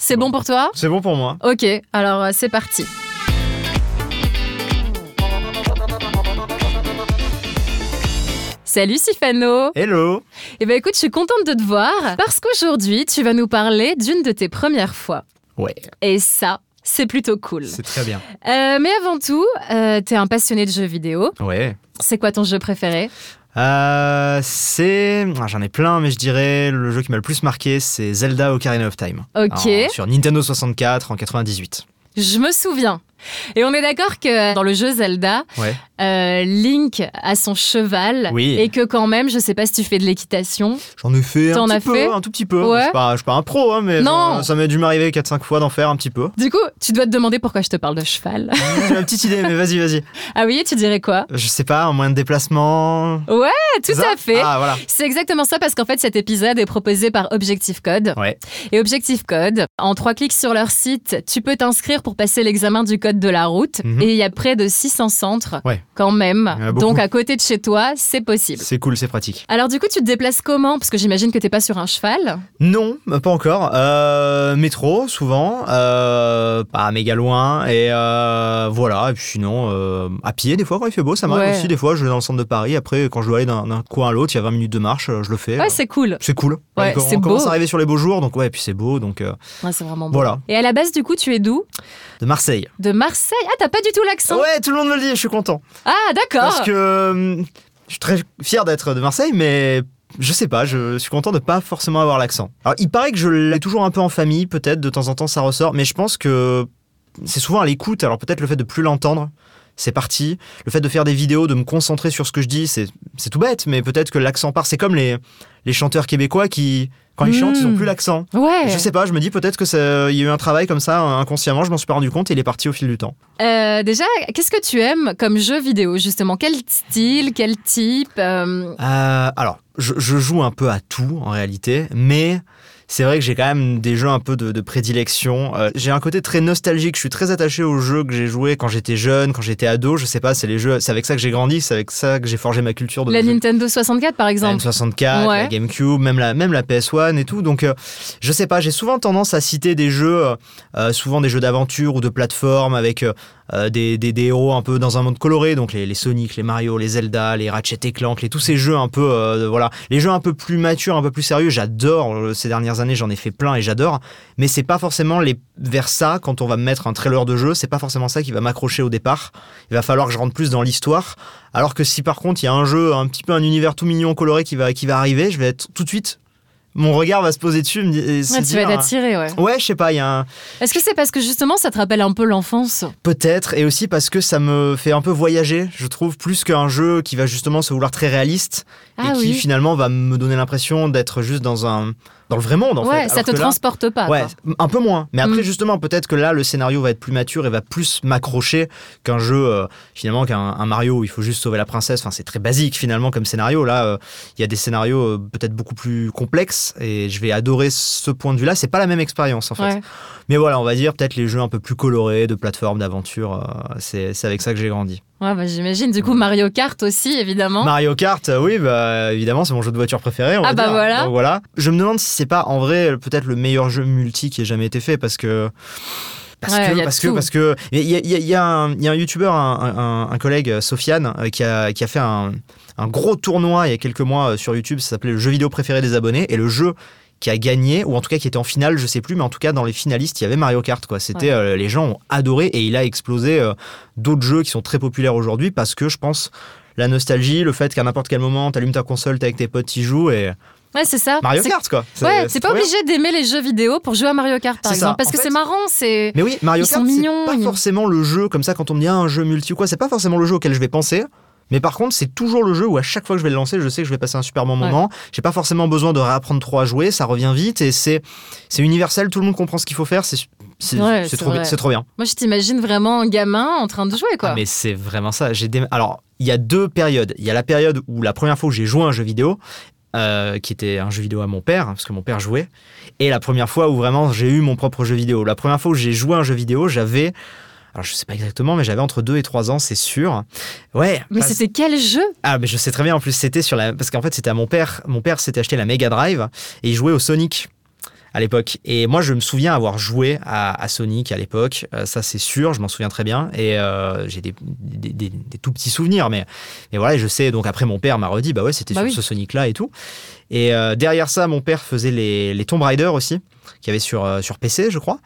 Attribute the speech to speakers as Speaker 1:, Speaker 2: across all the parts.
Speaker 1: C'est bon pour toi
Speaker 2: C'est bon pour moi.
Speaker 1: Ok, alors euh, c'est parti. Salut Sifano
Speaker 2: Hello
Speaker 1: Eh ben écoute, je suis contente de te voir parce qu'aujourd'hui, tu vas nous parler d'une de tes premières fois.
Speaker 2: Ouais,
Speaker 1: Et ça, c'est plutôt cool.
Speaker 2: c'est très bien.
Speaker 1: Euh, mais avant tout, euh, t'es un passionné de jeux vidéo.
Speaker 2: Ouais.
Speaker 1: C'est quoi ton jeu préféré
Speaker 2: Euh, c'est. ah, J'en ai plein, mais je dirais le jeu qui m'a le plus marqué, c'est Zelda Ocarina of Time.
Speaker 1: Ok.
Speaker 2: En- sur Nintendo 64 en 98.
Speaker 1: Je me souviens. Et on est d'accord que dans le jeu Zelda,
Speaker 2: Ouais.
Speaker 1: euh, Link a son cheval
Speaker 2: Oui.
Speaker 1: Euh, et que quand même, je sais pas si tu fais de l'équitation.
Speaker 2: J'en ai fait
Speaker 1: T'en
Speaker 2: un
Speaker 1: as
Speaker 2: petit peu,
Speaker 1: fait
Speaker 2: un tout petit peu.
Speaker 1: Ouais.
Speaker 2: Je suis pas, je suis pas un pro, hein, mais
Speaker 1: Non.
Speaker 2: j'en- ça m'est dû m'arriver 4-5 fois d'en faire un petit peu.
Speaker 1: Du coup, tu dois te demander pourquoi je te parle de cheval.
Speaker 2: J'ai une petite idée, mais vas-y, vas-y.
Speaker 1: ah oui, tu dirais quoi
Speaker 2: Je sais pas, un moyen de déplacement.
Speaker 1: Ah, Tout
Speaker 2: ça
Speaker 1: à fait.
Speaker 2: Ah, voilà.
Speaker 1: C'est exactement ça parce qu'en fait cet épisode est proposé par Objectif Code.
Speaker 2: Ouais.
Speaker 1: Et Objectif Code, en trois clics sur leur site, tu peux t'inscrire pour passer l'examen du code de la route.
Speaker 2: Mhm.
Speaker 1: Et il y a près de 600 centres
Speaker 2: Ouais.
Speaker 1: quand même.
Speaker 2: Il y en a beaucoup.
Speaker 1: Donc à côté de chez toi, c'est possible.
Speaker 2: C'est cool, c'est pratique.
Speaker 1: Alors du coup, tu te déplaces comment Parce que j'imagine que t'es pas sur un cheval.
Speaker 2: Non, pas encore. Euh, métro, souvent, euh, pas méga loin, et euh, voilà. Et puis sinon, euh, à pied, des fois, quand il fait beau, ça m'arrive
Speaker 1: Ouais.
Speaker 2: aussi. Des fois, je vais dans le centre de Paris, après, quand je dois aller d'un d'un coin à l'autre, il y a 20 minutes de marche, euh, je le fais.
Speaker 1: Ouais,
Speaker 2: Euh,
Speaker 1: c'est cool.
Speaker 2: c'est cool.
Speaker 1: Ouais,
Speaker 2: Donc, on
Speaker 1: c'est beau.
Speaker 2: commence à arriver sur les beaux jours, donc ouais, et puis c'est beau, donc euh,
Speaker 1: Ouais, c'est vraiment bon.
Speaker 2: voilà.
Speaker 1: Et à la base, du coup, tu es d'où
Speaker 2: De Marseille.
Speaker 1: De Marseille Ah, t'as pas du tout l'accent
Speaker 2: Ouais, tout le monde me le dit, je suis content.
Speaker 1: Ah,
Speaker 2: Parce
Speaker 1: d'accord
Speaker 2: que euh, je suis très fier d'être de Marseille, mais je sais pas, je suis content de pas forcément avoir l'accent. Alors, il paraît que je l'ai toujours un peu en famille, peut-être, de temps en temps ça ressort, mais je pense que c'est souvent à l'écoute, alors peut-être le fait de plus l'entendre. C'est parti. Le fait de faire des vidéos, de me concentrer sur ce que je dis, c'est c'est tout bête, mais peut-être que l'accent part. C'est comme les, les chanteurs québécois qui, quand ils
Speaker 1: Mm.
Speaker 2: chantent, ils ont plus l'accent.
Speaker 1: Ouais.
Speaker 2: Je sais pas, je me dis peut-être que ça- il y a eu un travail comme ça inconsciemment, je m'en suis pas rendu compte et il est parti au fil du temps.
Speaker 1: Euh, déjà, qu'est-ce que tu aimes comme jeu vidéo justement Quel style Quel type Euh,
Speaker 2: Euh, alors, je, je joue un peu à tout en réalité, mais c'est vrai que j'ai quand même des jeux un peu de, de prédilection. Euh, j'ai un côté très nostalgique, je suis très attaché aux jeux que j'ai joués quand j'étais jeune, quand j'étais ado. Je sais pas, c'est les jeux, c'est avec ça que j'ai grandi, c'est avec ça que j'ai forgé ma culture de
Speaker 1: La
Speaker 2: jeu.
Speaker 1: Nintendo 64 par
Speaker 2: La
Speaker 1: exemple.
Speaker 2: N64, la
Speaker 1: Ouais.
Speaker 2: GameCube, même la, même la PS1 et tout. Donc, euh, je sais pas, j'ai souvent tendance à citer des jeux, euh, euh, souvent des jeux d'aventure ou de plateforme avec euh, euh, des, des, des héros un peu dans un monde coloré, donc les, les Sonic, les Mario, les Zelda, les Ratchet et Clank, les, tous ces jeux un peu, euh, voilà, les jeux un peu plus matures, un peu plus sérieux. J'adore, euh, ces dernières années, j'en ai fait plein et j'adore, mais c'est pas forcément les, vers ça, quand on va me mettre un trailer de jeu, c'est pas forcément ça qui va m'accrocher au départ. Il va falloir que je rentre plus dans l'histoire. Alors que si par contre il y a un jeu, un petit peu un univers tout mignon, coloré qui va, qui va arriver, je vais être tout de suite. Mon regard va se poser dessus. me di- et se
Speaker 1: Ouais, tu vas
Speaker 2: dire,
Speaker 1: être attiré, ouais.
Speaker 2: euh, Ouais, je sais pas, il y a un.
Speaker 1: Est-ce que c'est parce que justement ça te rappelle un peu l'enfance
Speaker 2: Peut-être, et aussi parce que ça me fait un peu voyager, je trouve, plus qu'un jeu qui va justement se vouloir très réaliste
Speaker 1: Ah
Speaker 2: et qui
Speaker 1: oui.
Speaker 2: finalement va me donner l'impression d'être juste dans un. dans le vrai monde en fait.
Speaker 1: ouais, ça
Speaker 2: Alors
Speaker 1: te
Speaker 2: que là-
Speaker 1: transporte pas.
Speaker 2: Ouais,
Speaker 1: quoi.
Speaker 2: un peu moins. Mais après,
Speaker 1: Ah, Mm.
Speaker 2: justement, peut-être que là, le scénario va être plus mature et va plus m'accrocher qu'un jeu, euh, finalement, qu'un un Mario où il faut juste sauver la princesse. Enfin, c'est très basique, finalement, comme scénario. Là, euh, il y a des scénarios euh, peut-être beaucoup plus complexes et je vais adorer ce point de vue-là. C'est pas la même expérience, en fait.
Speaker 1: Ouais.
Speaker 2: Mais voilà, on va dire peut-être les jeux un peu plus colorés, de plateforme, d'aventure. euh, c'est c'est avec ça que j'ai grandi.
Speaker 1: Ouais, bah, j'imagine. Du coup, Mario Kart aussi, évidemment.
Speaker 2: Mario Kart, euh, oui, bah, évidemment, c'est mon jeu de voiture préféré. on va
Speaker 1: Hein Ah bah
Speaker 2: dire.
Speaker 1: voilà.
Speaker 2: Donc voilà. Je me demande si c'est pas en vrai peut-être le meilleur jeu multi qui ait jamais été fait parce que. Parce
Speaker 1: Ouais, y
Speaker 2: que,
Speaker 1: a
Speaker 2: parce
Speaker 1: tout.
Speaker 2: que, parce que. Il y a, il y a- il y a un, il y a un youtubeur, un, un- un collègue, euh, Sofiane, euh, qui a, qui a fait un, un gros tournoi il y a quelques mois euh, sur YouTube. Ça s'appelait le jeu vidéo préféré des abonnés. Et le jeu qui a gagné, ou en tout cas qui était en finale, je sais plus, mais en tout cas dans les finalistes, il y avait Mario Kart. Quoi. C'était,
Speaker 1: Ouais.
Speaker 2: euh, les gens ont adoré et il a explosé euh, d'autres jeux qui sont très populaires aujourd'hui parce que je pense la nostalgie, le fait qu'à n'importe quel moment, t'allumes ta console, t'es avec tes potes, t'y joues et
Speaker 1: Ouais, c'est ça.
Speaker 2: Mario
Speaker 1: Oh, C'est-
Speaker 2: Kart quoi.
Speaker 1: Ouais, t'es pas
Speaker 2: trop bien.
Speaker 1: obligé d'aimer les jeux vidéo pour jouer à Mario Kart, par
Speaker 2: C'est ça.
Speaker 1: exemple. Parce
Speaker 2: En
Speaker 1: que
Speaker 2: fait-
Speaker 1: c'est marrant, c'est.
Speaker 2: Mais oui, Mario
Speaker 1: Ils
Speaker 2: Kart,
Speaker 1: sont
Speaker 2: c'est
Speaker 1: mignons,
Speaker 2: pas
Speaker 1: ils-
Speaker 2: forcément le jeu comme ça quand on me dit ah, un jeu multi ou quoi, c'est pas forcément le jeu auquel je vais penser. Mais par contre, c'est toujours le jeu où à chaque fois que je vais le lancer, je sais que je vais passer un super bon moment. J'ai pas forcément besoin de réapprendre trop à jouer, ça revient vite et c'est c'est universel, tout le monde comprend ce qu'il faut faire, c'est c'est
Speaker 1: Ouais,
Speaker 2: c'est
Speaker 1: c'est
Speaker 2: trop, bi-
Speaker 1: vrai.
Speaker 2: c'est trop bien.
Speaker 1: Moi, je t'imagine vraiment un gamin en train de jouer, quoi.
Speaker 2: Ah, mais c'est vraiment ça. J'ai déma- Alors, il y a deux périodes. Il y a la période où la première fois où j'ai joué à un jeu vidéo, euh, qui était un jeu vidéo à mon père, hein, parce que mon père jouait, et la première fois où vraiment j'ai eu mon propre jeu vidéo. La première fois où j'ai joué à un jeu vidéo, j'avais. Alors, je sais pas exactement, mais j'avais entre 2 et 3 ans, c'est sûr. Ouais.
Speaker 1: Mais
Speaker 2: parce-
Speaker 1: c'était quel jeu
Speaker 2: Ah, mais je sais très bien, en plus, c'était sur la. Parce qu'en fait, c'était à mon père. Mon père s'était acheté la Mega Drive et il jouait au Sonic. à l'époque. Et moi, je me souviens avoir joué à, à Sonic à l'époque, euh, ça c'est sûr, je m'en souviens très bien. Et euh, j'ai des, des- des- des tout petits souvenirs, mais, mais voilà, et je sais. Donc après, mon père m'a redit, bah ouais, c'était
Speaker 1: Bah
Speaker 2: sur
Speaker 1: oui.
Speaker 2: ce Sonic-là et tout. Et euh, derrière ça, mon père faisait les, les Tomb Raider aussi, qu'il y avait sur, euh, sur PC, je crois.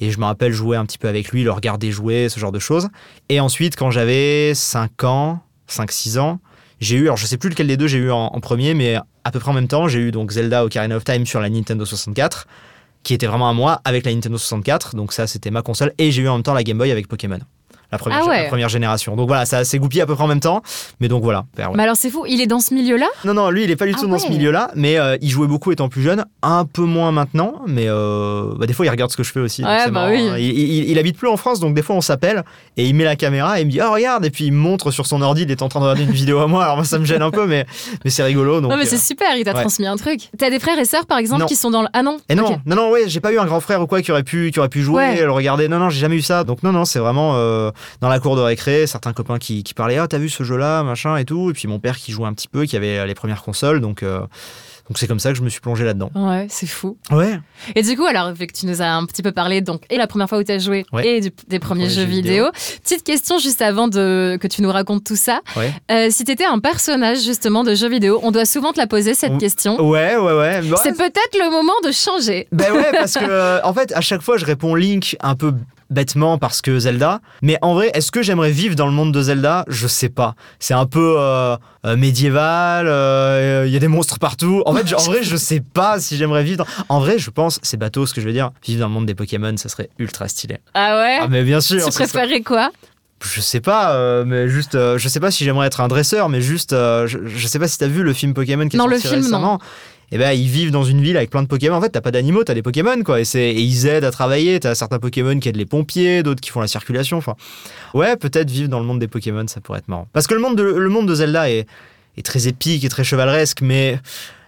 Speaker 2: Et je me rappelle jouer un petit peu avec lui, le regarder jouer, ce genre de choses. Et ensuite, quand j'avais 5 ans, 5-6 ans, j'ai eu, alors je sais plus lequel des deux j'ai eu en, en premier, mais à peu près en même temps, j'ai eu donc Zelda Ocarina of Time sur la Nintendo 64, qui était vraiment à moi avec la Nintendo 64. Donc ça, c'était ma console. Et j'ai eu en même temps la Game Boy avec Pokémon. La première,
Speaker 1: Ah
Speaker 2: gé- la
Speaker 1: ouais.
Speaker 2: première génération. Donc voilà, ça s'est goupillé à peu près en même temps. Mais donc voilà. Père, ouais.
Speaker 1: Mais alors c'est fou, il est dans ce milieu-là
Speaker 2: Non, non, lui, il est pas du
Speaker 1: Ah
Speaker 2: tout dans ce
Speaker 1: ouais.
Speaker 2: milieu-là, mais euh, il jouait beaucoup étant plus jeune, un peu moins maintenant, mais euh, bah, des fois, il regarde ce que je fais aussi. donc
Speaker 1: Ouais,
Speaker 2: c'est
Speaker 1: bah
Speaker 2: marrant,
Speaker 1: oui.
Speaker 2: hein. Il, il- il habite plus en France, donc des fois, on s'appelle et il met la caméra et il me dit Oh, regarde Et puis, il me montre sur son ordi, il est en train de regarder une vidéo à moi. Alors, moi, ça me gêne un peu, mais, mais c'est rigolo. Donc,
Speaker 1: Non mais c'est
Speaker 2: euh,
Speaker 1: super, il t'a
Speaker 2: ouais.
Speaker 1: transmis un truc. T'as des frères et sœurs par exemple
Speaker 2: Non.
Speaker 1: qui sont dans le... Ah non
Speaker 2: Et non,
Speaker 1: ok.
Speaker 2: non, non, ouais, j'ai pas eu un grand frère ou quoi qui aurait pu, qui aurait pu jouer,
Speaker 1: Ouais.
Speaker 2: le regarder. Non, non, j'ai jamais eu ça. Donc non, non, c'est vraiment euh, dans la cour de récré, certains copains qui, qui parlaient, ah, t'as vu ce jeu-là, machin et tout. Et puis mon père qui jouait un petit peu, qui avait euh, les premières consoles, donc euh, donc c'est comme ça que je me suis plongé là-dedans.
Speaker 1: Ouais, c'est fou.
Speaker 2: Ouais.
Speaker 1: Et du coup, alors, vu que tu nous as un petit peu parlé, donc, et la première fois où tu as joué,
Speaker 2: Ouais.
Speaker 1: et du- des premiers
Speaker 2: premier
Speaker 1: jeux
Speaker 2: jeu
Speaker 1: vidéo. petite question juste avant de, que tu nous racontes tout ça.
Speaker 2: Ouais.
Speaker 1: Euh, si tu étais un personnage, justement, de jeux vidéo, on doit souvent te la poser, cette
Speaker 2: Ouh.
Speaker 1: question.
Speaker 2: Ouais, ouais, ouais. Bah,
Speaker 1: C'est peut-être le moment de changer.
Speaker 2: Ben ouais, parce que euh, en fait, à chaque fois, je réponds Link un peu bêtement parce que Zelda. Mais en vrai, est-ce que j'aimerais vivre dans le monde de Zelda Je sais pas. C'est un peu euh, euh, médiéval. euh, Il y a des monstres partout. En fait, je- en vrai, je sais pas si j'aimerais vivre. dans- En vrai, je pense, c'est bateau ce que je veux dire. Vivre dans le monde des Pokémon, ça serait ultra stylé.
Speaker 1: Ah ouais
Speaker 2: Ah mais bien sûr.
Speaker 1: Tu
Speaker 2: ça serait-
Speaker 1: préférerais quoi
Speaker 2: Je sais pas, euh, mais juste, euh, je sais pas si j'aimerais être un dresseur, mais juste, euh, je, je sais pas si t'as vu le film Pokémon qui est
Speaker 1: Non, le
Speaker 2: sorti
Speaker 1: film, non.
Speaker 2: récemment. Et ben ils vivent dans une ville avec plein de Pokémon. En fait, t'as pas d'animaux, t'as des Pokémon quoi. Et, c'est- et ils aident à travailler. T'as certains Pokémon qui aident les pompiers, d'autres qui font la circulation. Enfin, ouais, peut-être vivre dans le monde des Pokémon, ça pourrait être marrant. Parce que le monde de, le monde de Zelda est, est très épique et très chevaleresque, mais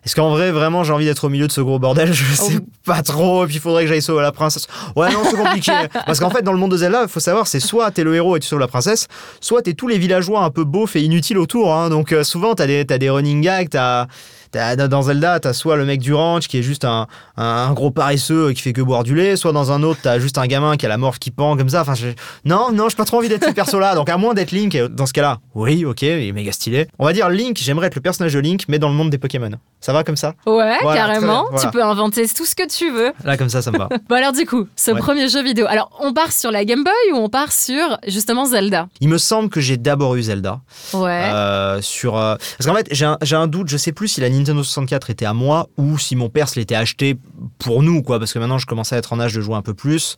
Speaker 2: est-ce qu'en vrai, vraiment, j'ai envie d'être au milieu de ce gros bordel Je sais pas trop. Et puis, il faudrait que j'aille sauver la princesse. Ouais, non, c'est compliqué. Parce qu'en fait, dans le monde de Zelda, il faut savoir, c'est soit t'es le héros et tu sauves la princesse, soit t'es tous les villageois un peu beaufs et inutiles autour. hein. Donc, euh, souvent, t'as des, t'as des running gags, t'as. t'as- Dans Zelda, t'as soit le mec du ranch qui est juste un, un, un gros paresseux qui fait que boire du lait, soit dans un autre, t'as juste un gamin qui a la morve qui pend comme ça. Enfin, je- non, non, j'ai pas trop envie d'être ce perso-là. Donc, à moins d'être Link, euh, dans ce cas-là, oui, ok, il est méga stylé. On va dire Link, j'aimerais être le personnage de Link, mais dans le monde des Pokémon. Ça va comme ça
Speaker 1: Ouais,
Speaker 2: Voilà,
Speaker 1: carrément.
Speaker 2: très bien, voilà.
Speaker 1: Tu peux inventer tout ce que tu veux.
Speaker 2: Là, comme ça, ça me va.
Speaker 1: Bon, alors, du coup, ce
Speaker 2: Ouais.
Speaker 1: premier jeu vidéo. Alors, on part sur la Game Boy ou on part sur, justement, Zelda
Speaker 2: Il me semble que j'ai d'abord eu Zelda.
Speaker 1: Ouais.
Speaker 2: euh, sur, euh, Parce qu'en fait, j'ai un, j'ai un doute, je sais plus si la Nintendo 64 était à moi ou si mon père se l'était acheté pour nous, quoi. Parce que maintenant, je commençais à être en âge de jouer un peu plus.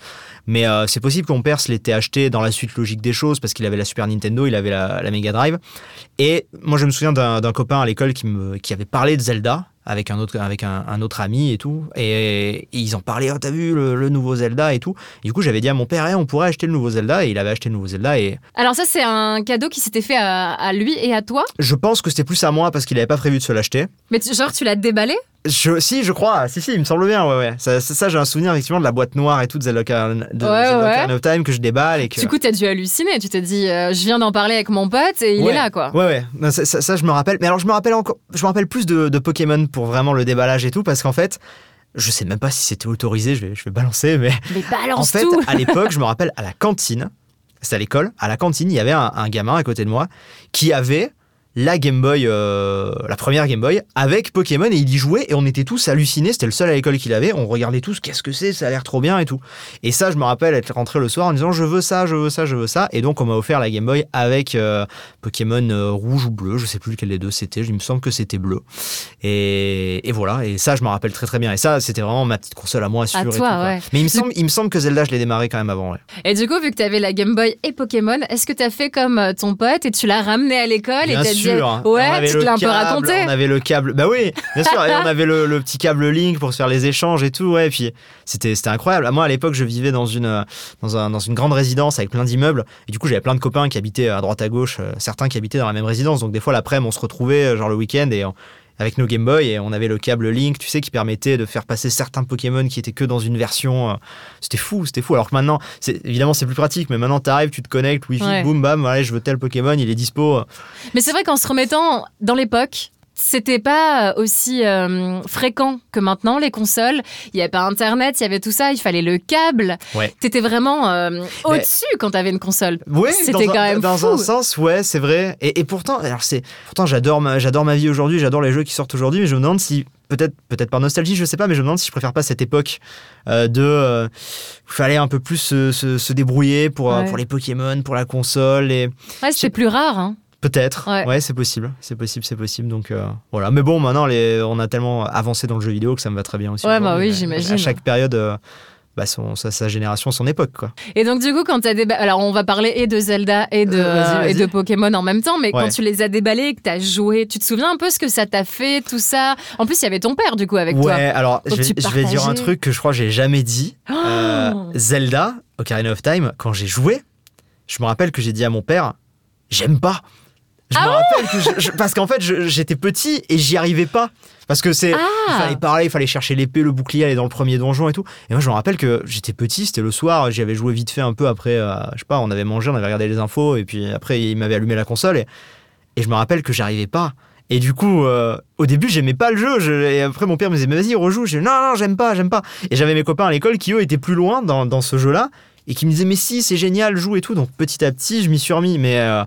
Speaker 2: Mais euh, c'est possible que mon père se l'était acheté dans la suite logique des choses parce qu'il avait la Super Nintendo, il avait la, la Mega Drive. Et moi, je me souviens d'un d'un copain à l'école qui, me- qui avait parlé de Zelda avec un autre, avec un, un autre ami et tout. Et, et ils en parlaient, oh, t'as vu le, le nouveau Zelda et tout. Et du coup, j'avais dit à mon père, Eh, on pourrait acheter le nouveau Zelda. Et il avait acheté le nouveau Zelda. Et
Speaker 1: Alors, ça, c'est un cadeau qui s'était fait à, à lui et à toi.
Speaker 2: je pense que c'était plus à moi parce qu'il n'avait pas prévu de se l'acheter.
Speaker 1: Mais tu- genre, tu l'as déballé
Speaker 2: Je, si, je crois. Si, si, il me semble bien. Ouais, ouais. Ça, ça, ça, j'ai un souvenir effectivement de la boîte noire et tout de Zelda Ocarina- de
Speaker 1: Ouais,
Speaker 2: Zelda
Speaker 1: ouais.
Speaker 2: Ocarina of Time que je déballe et que.
Speaker 1: Du coup, t'as dû halluciner. Tu t'es dit, euh, je viens d'en parler avec mon pote et il
Speaker 2: Ouais.
Speaker 1: est là, quoi.
Speaker 2: Ouais, ouais, Non, ça, ça- ça, je me rappelle. Mais alors, je me rappelle encore, je me rappelle plus de, de Pokémon pour vraiment le déballage et tout, parce qu'en fait, je sais même pas si c'était autorisé, je vais, je vais balancer, mais
Speaker 1: Mais
Speaker 2: en
Speaker 1: balance
Speaker 2: fait,
Speaker 1: tout
Speaker 2: à l'époque, je me rappelle à la cantine, c'était à l'école, à la cantine, il y avait un, un gamin à côté de moi qui avait la Game Boy, euh, la première Game Boy, avec Pokémon et il y jouait et on était tous hallucinés. C'était le seul à l'école qui l'avait. On regardait tous, qu'est-ce que c'est Ça a l'air trop bien et tout. Et ça, je me rappelle être rentré le soir en disant, je veux ça, je veux ça, je veux ça. Et donc, on m'a offert la Game Boy avec euh, Pokémon euh, rouge ou bleu. Je sais plus lequel des deux c'était. Il me semble que c'était bleu. Et, et voilà. Et ça, je me rappelle très très bien. Et ça, c'était vraiment ma petite console à moi sûre. et
Speaker 1: toi,
Speaker 2: tout, quoi.
Speaker 1: ouais.
Speaker 2: Mais il me, semble, il me semble que Zelda, je l'ai démarré quand même avant. ouais.
Speaker 1: Et du coup, vu que t'avais la Game Boy et Pokémon, est-ce que t'as fait comme euh, ton pote et tu l'as ramené à l'école et
Speaker 2: Bien
Speaker 1: t'as dit
Speaker 2: sûr. hein. on
Speaker 1: Ouais,
Speaker 2: avait
Speaker 1: tu te
Speaker 2: le
Speaker 1: l'as un peu
Speaker 2: câble,
Speaker 1: raconté
Speaker 2: On avait le câble. Bah oui, bien sûr. et on avait le, le petit câble Link pour se faire les échanges et tout. Ouais, et puis c'était c'était incroyable. Moi, à l'époque, je vivais dans une, euh, dans, un- dans une grande résidence avec plein d'immeubles. Et du coup, j'avais plein de copains qui habitaient à droite à gauche, euh, certains qui habitaient dans la même résidence. Donc, des fois, l'après-midi, on se retrouvait, euh, genre le week-end, et on- avec nos Game Boy, et on avait le câble Link, tu sais, qui permettait de faire passer certains Pokémon qui étaient que dans une version. euh, C'était fou, c'était fou. Alors que maintenant, c'est- évidemment, c'est plus pratique, mais maintenant, t'arrives, tu te connectes, Wi-Fi,
Speaker 1: Ouais.
Speaker 2: boum, bam, allez, je veux tel Pokémon, il est dispo.
Speaker 1: Mais c'est vrai qu'en se remettant dans l'époque, c'était pas aussi euh, fréquent que maintenant les consoles. Il n'y avait pas Internet, il y avait tout ça, il fallait le câble.
Speaker 2: Ouais.
Speaker 1: T'étais vraiment euh, au-dessus quand t'avais une console.
Speaker 2: Oui,
Speaker 1: C'était
Speaker 2: dans,
Speaker 1: quand
Speaker 2: un,
Speaker 1: même
Speaker 2: dans
Speaker 1: fou.
Speaker 2: un sens, ouais, c'est vrai. Et, et pourtant, alors c'est, pourtant j'adore ma, j'adore ma vie aujourd'hui, j'adore les jeux qui sortent aujourd'hui, mais je me demande si, peut-être, peut-être par nostalgie, je sais pas, mais je me demande si je préfère pas cette époque euh, de, euh, où fallait un peu plus se, se- se débrouiller pour, euh,
Speaker 1: Ouais.
Speaker 2: pour les Pokémon, pour la console, et
Speaker 1: Ouais, c'était plus rare. hein.
Speaker 2: peut-être, ouais,
Speaker 1: Ouais.
Speaker 2: c'est possible, c'est possible, c'est possible. Donc euh, voilà, mais bon, maintenant les, on a tellement avancé dans le jeu vidéo que ça me va très bien aussi.
Speaker 1: Ouais, bah
Speaker 2: aujourd'hui,
Speaker 1: oui,
Speaker 2: mais
Speaker 1: j'imagine.
Speaker 2: À chaque période. euh, bah, son, sa, sa génération, son époque. Quoi.
Speaker 1: Et donc, du coup, quand t'as déba- Alors, on va parler et de Zelda et de,
Speaker 2: Euh, vas-y, vas-y.
Speaker 1: et de Pokémon en même temps, mais
Speaker 2: Ouais.
Speaker 1: quand tu les as déballés et que t'as joué, tu te souviens un peu ce que ça t'a fait, tout ça En plus, il y avait ton père, du coup, avec
Speaker 2: ouais,
Speaker 1: toi.
Speaker 2: alors je
Speaker 1: Faut que
Speaker 2: vais,
Speaker 1: tu
Speaker 2: je vais dire un
Speaker 1: partageais.
Speaker 2: truc que je crois que j'ai jamais dit.
Speaker 1: Oh
Speaker 2: Euh, Zelda, Ocarina of Time, quand j'ai joué, je me rappelle que j'ai dit à mon père, j'aime pas. Je
Speaker 1: Ah
Speaker 2: me rappelle que je- je- parce qu'en fait je- j'étais petit et j'y arrivais pas parce que c'est il
Speaker 1: ah
Speaker 2: fallait parler, il fallait chercher l'épée, le bouclier, aller dans le premier donjon et tout. Et moi je me rappelle que j'étais petit, c'était le soir, j'y avais joué vite fait un peu après, euh, je sais pas, on avait mangé, on avait regardé les infos et puis après il m'avait allumé la console et, et je me rappelle que j'arrivais pas. Et du coup, euh, au début, j'aimais pas le jeu. je- et après, mon père me disait, mais vas-y, rejoue. J'ai dit, non, non, j'aime pas, j'aime pas. Et j'avais mes copains à l'école qui, eux, étaient plus loin dans, dans ce jeu-là et qui me disaient, mais si, c'est génial, joue et tout. Donc petit à petit, je m'y suis remis. Mais euh,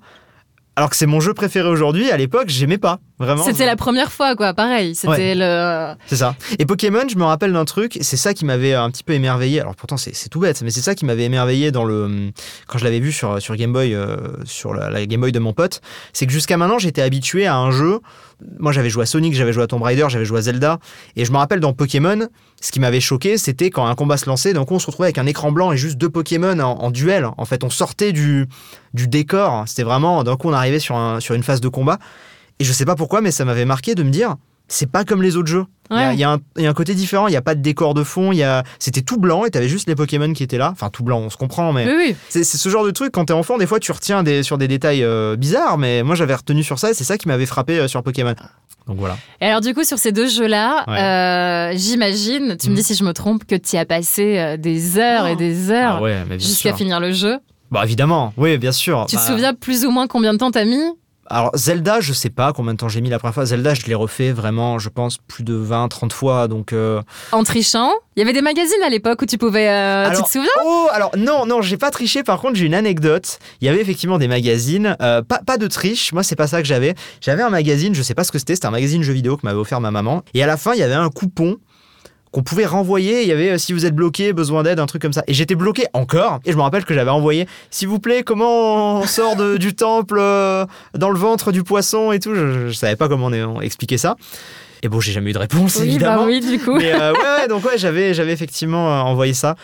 Speaker 2: alors que c'est mon jeu préféré aujourd'hui, à l'époque, j'aimais pas. Vraiment.
Speaker 1: C'était la première fois, quoi, pareil. C'était
Speaker 2: Ouais.
Speaker 1: le.
Speaker 2: C'est ça. Et Pokémon, je me rappelle d'un truc, c'est ça qui m'avait euh, un petit peu émerveillé. Alors pourtant, c'est c'est tout bête, mais c'est ça qui m'avait émerveillé dans le hum, quand je l'avais vu sur sur Game Boy, euh, sur la, la Game Boy de mon pote. C'est que jusqu'à maintenant, j'étais habitué à un jeu. Moi, j'avais joué à Sonic, j'avais joué à Tomb Raider, j'avais joué à Zelda, et je me rappelle dans Pokémon, ce qui m'avait choqué, c'était quand un combat se lançait, donc on se retrouvait avec un écran blanc et juste deux Pokémon en, en duel. En fait, on sortait du du décor. C'était vraiment d'un coup, on arrivait sur un sur une phase de combat. Et je sais pas pourquoi, mais ça m'avait marqué de me dire, c'est pas comme les autres jeux. Il y a-
Speaker 1: Ouais.
Speaker 2: il y, a un- il y a un côté différent, il n'y a pas de décor de fond, il y a... c'était tout blanc et t'avais juste les Pokémon qui étaient là. Enfin, tout blanc, on se comprend, mais
Speaker 1: Oui, oui.
Speaker 2: c'est c'est ce genre de truc, quand t'es enfant, des fois tu retiens des, sur des détails euh, bizarres, mais moi j'avais retenu sur ça et c'est ça qui m'avait frappé euh, sur Pokémon. Donc voilà.
Speaker 1: Et alors, du coup, sur ces deux jeux-là, euh, j'imagine, tu
Speaker 2: Mm.
Speaker 1: me dis si je me trompe, que tu as passé euh, des heures et des heures
Speaker 2: Oh. Ah ouais, mais
Speaker 1: jusqu'à finir le jeu.
Speaker 2: Bah évidemment, oui, bien sûr.
Speaker 1: Tu te
Speaker 2: Bah,
Speaker 1: souviens plus ou moins combien de temps t'as mis
Speaker 2: Alors Zelda, je sais pas combien de temps j'ai mis la première fois. Zelda, je l'ai refait vraiment, je pense, plus de 20, 30 fois, donc. euh,
Speaker 1: En trichant Il y avait des magazines à l'époque où tu pouvais. euh,
Speaker 2: Alors,
Speaker 1: tu te souviens
Speaker 2: Oh, alors non, non, j'ai pas triché. Par contre, j'ai une anecdote. Il y avait effectivement des magazines, euh, pas, pas de triche. Moi, c'est pas ça que j'avais. J'avais un magazine, je sais pas ce que c'était. C'était un magazine jeux vidéo que m'avait offert ma maman. Et à la fin, il y avait un coupon qu'on pouvait renvoyer. Il y avait euh, si vous êtes bloqué, besoin d'aide, un truc comme ça. Et j'étais bloqué encore. Et je me rappelle que j'avais envoyé s'il vous plaît, comment on sort de- du temple euh, dans le ventre du poisson et tout. Je, je- je savais pas comment on, on expliquer ça. Et bon, j'ai jamais eu de réponse
Speaker 1: Oui,
Speaker 2: évidemment.
Speaker 1: bah oui, du coup.
Speaker 2: Mais euh, ouais, ouais, donc ouais, j'avais, j'avais effectivement euh, envoyé ça.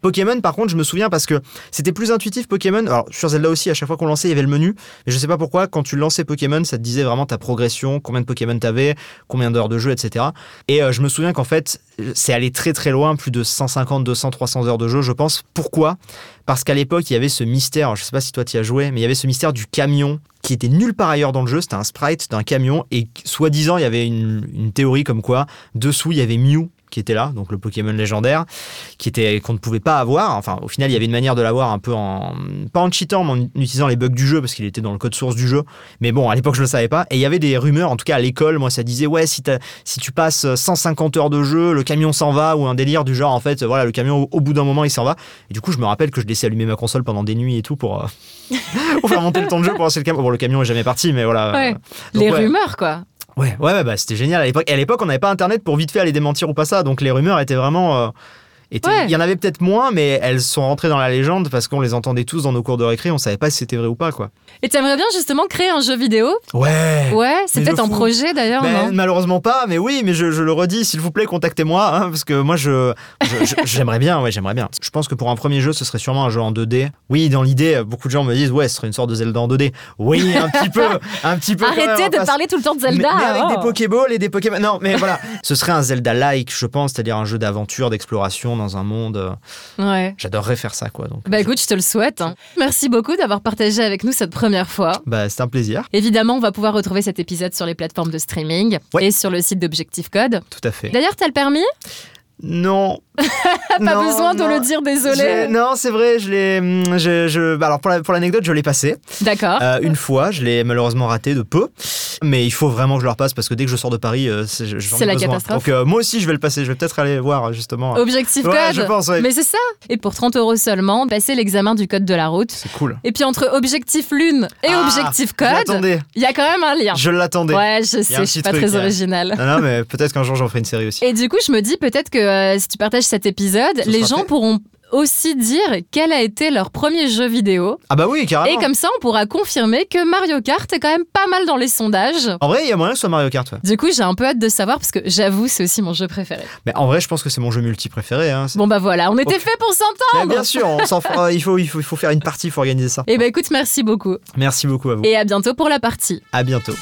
Speaker 2: Pokémon, par contre, je me souviens parce que c'était plus intuitif Pokémon. Alors, sur Zelda aussi, à chaque fois qu'on lançait, il y avait le menu. Mais je sais pas pourquoi, quand tu lançais Pokémon, ça te disait vraiment ta progression, combien de Pokémon t'avais, combien d'heures de jeu, etc. Et euh, je me souviens qu'en fait, c'est allé très très loin, plus de 150, 200, 300 heures de jeu, je pense. Pourquoi Parce qu'à l'époque, il y avait ce mystère, je sais pas si toi t'y as joué, mais il y avait ce mystère du camion qui était nulle part ailleurs dans le jeu. C'était un sprite d'un camion et soi-disant, il y avait une, une théorie comme quoi Dessous, il y avait Mew qui était là, donc le Pokémon légendaire, qui était qu'on ne pouvait pas avoir. Enfin, au final, il y avait une manière de l'avoir un peu en pas en cheatant, mais en utilisant les bugs du jeu parce qu'il était dans le code source du jeu. Mais bon, à l'époque, je le savais pas. Et il y avait des rumeurs, en tout cas à l'école, moi, ça disait ouais, si, t'as- si tu passes 150 heures de jeu, le camion s'en va ou un délire du genre. En fait, voilà, le camion au, au bout d'un moment, il s'en va. Et du coup, je me rappelle que je laissais allumer ma console pendant des nuits et tout pour, euh, pour faire monter le temps de jeu pour lancer le camion. Bon, le camion est jamais parti, mais voilà.
Speaker 1: Ouais.
Speaker 2: Donc,
Speaker 1: Les
Speaker 2: ouais.
Speaker 1: rumeurs, quoi.
Speaker 2: Ouais, ouais, ouais, bah, c'était génial à l'époque. Et à l'époque, on n'avait pas Internet pour vite fait aller démentir ou pas ça. Donc les rumeurs étaient vraiment. euh, étaient-
Speaker 1: Ouais.
Speaker 2: Il y en avait peut-être moins, mais elles sont rentrées dans la légende parce qu'on les entendait tous dans nos cours de récré. On savait pas si c'était vrai ou pas, quoi.
Speaker 1: Et t'aimerais bien justement créer un jeu vidéo
Speaker 2: Ouais.
Speaker 1: Ouais, c'est
Speaker 2: Mais
Speaker 1: peut-être
Speaker 2: de
Speaker 1: un
Speaker 2: fou.
Speaker 1: projet d'ailleurs,
Speaker 2: Ben,
Speaker 1: non
Speaker 2: malheureusement pas, mais oui, mais je, je le redis, s'il vous plaît, contactez-moi, hein, parce que moi, je je- je- j'aimerais bien, ouais, j'aimerais bien. Je pense que pour un premier jeu, ce serait sûrement un jeu en 2D. Oui, dans l'idée, beaucoup de gens me disent, ouais, ce serait une sorte de Zelda en 2D. Oui, un petit peu, un petit peu. quand même, hein,
Speaker 1: Arrêtez
Speaker 2: on
Speaker 1: de
Speaker 2: passe-
Speaker 1: parler tout le temps de Zelda.
Speaker 2: Mais, mais avec
Speaker 1: oh.
Speaker 2: des Pokéballs et des Pokémon. Non, mais voilà. Ce serait un Zelda-like, je pense, c'est-à-dire un jeu d'aventure, d'exploration dans un monde. euh,
Speaker 1: Ouais.
Speaker 2: J'adorerais faire ça, quoi. Donc,
Speaker 1: Bah
Speaker 2: je-
Speaker 1: écoute, je te le souhaite. hein. Merci beaucoup d'avoir partagé avec nous cette première fois.
Speaker 2: bah, c'est un plaisir,
Speaker 1: Évidemment, on va pouvoir retrouver cet épisode sur les plateformes de streaming
Speaker 2: Ouais.
Speaker 1: et sur le site d'Objectif Code.
Speaker 2: tout à fait.
Speaker 1: D'ailleurs, t'as le permis
Speaker 2: Non.
Speaker 1: Pas besoin de le dire, désolé.
Speaker 2: Je- non, c'est vrai, je l'ai. hum, Je, je- bah alors, pour la- pour l'anecdote, je l'ai passé.
Speaker 1: D'accord.
Speaker 2: Euh, une fois, je l'ai malheureusement raté de peu. Mais il faut vraiment que je le repasse parce que dès que je sors de Paris, euh, c'est je- j'en ai
Speaker 1: C'est la
Speaker 2: besoin.
Speaker 1: catastrophe.
Speaker 2: Donc, euh, moi aussi, je vais le passer. Je vais peut-être aller voir, justement.
Speaker 1: Objectif
Speaker 2: Euh, Ouais,
Speaker 1: code.
Speaker 2: je pense, ouais.
Speaker 1: Mais c'est ça. Et pour 30 euros seulement, passer l'examen du code de la route.
Speaker 2: C'est cool.
Speaker 1: Et puis entre objectif lune et
Speaker 2: Ah,
Speaker 1: objectif
Speaker 2: Je
Speaker 1: code,
Speaker 2: l'attendais.
Speaker 1: il y a quand même un lien.
Speaker 2: Je l'attendais.
Speaker 1: Ouais, je sais, je
Speaker 2: petit
Speaker 1: suis pas
Speaker 2: truc, hein.
Speaker 1: très
Speaker 2: ouais.
Speaker 1: originale.
Speaker 2: Non, non, mais peut-être qu'un jour, j'en ferai une série aussi.
Speaker 1: Et du coup, je me dis peut-être que euh, si tu partages cet épisode,
Speaker 2: Ce
Speaker 1: les
Speaker 2: sera
Speaker 1: gens
Speaker 2: fait.
Speaker 1: pourront aussi dire quel a été leur premier jeu vidéo.
Speaker 2: Ah, bah oui, carrément.
Speaker 1: Et comme ça, on pourra confirmer que Mario Kart est quand même pas mal dans les sondages.
Speaker 2: En vrai, il y a moyen que ce soit Mario Kart. ouais.
Speaker 1: Du coup, j'ai un peu hâte de savoir parce que j'avoue, c'est aussi mon jeu préféré.
Speaker 2: Mais en vrai, je pense que c'est mon jeu multi préféré. hein. C'est-
Speaker 1: Bon bah voilà, on était
Speaker 2: Ok.
Speaker 1: fait pour
Speaker 2: Mais
Speaker 1: s'entendre.
Speaker 2: bien sûr, on s'en fera- il, faut, il, faut, il faut faire une partie, il faut organiser ça.
Speaker 1: Et ben écoute, Eh merci beaucoup
Speaker 2: Merci beaucoup à vous.
Speaker 1: et à bientôt pour la partie.
Speaker 2: À bientôt.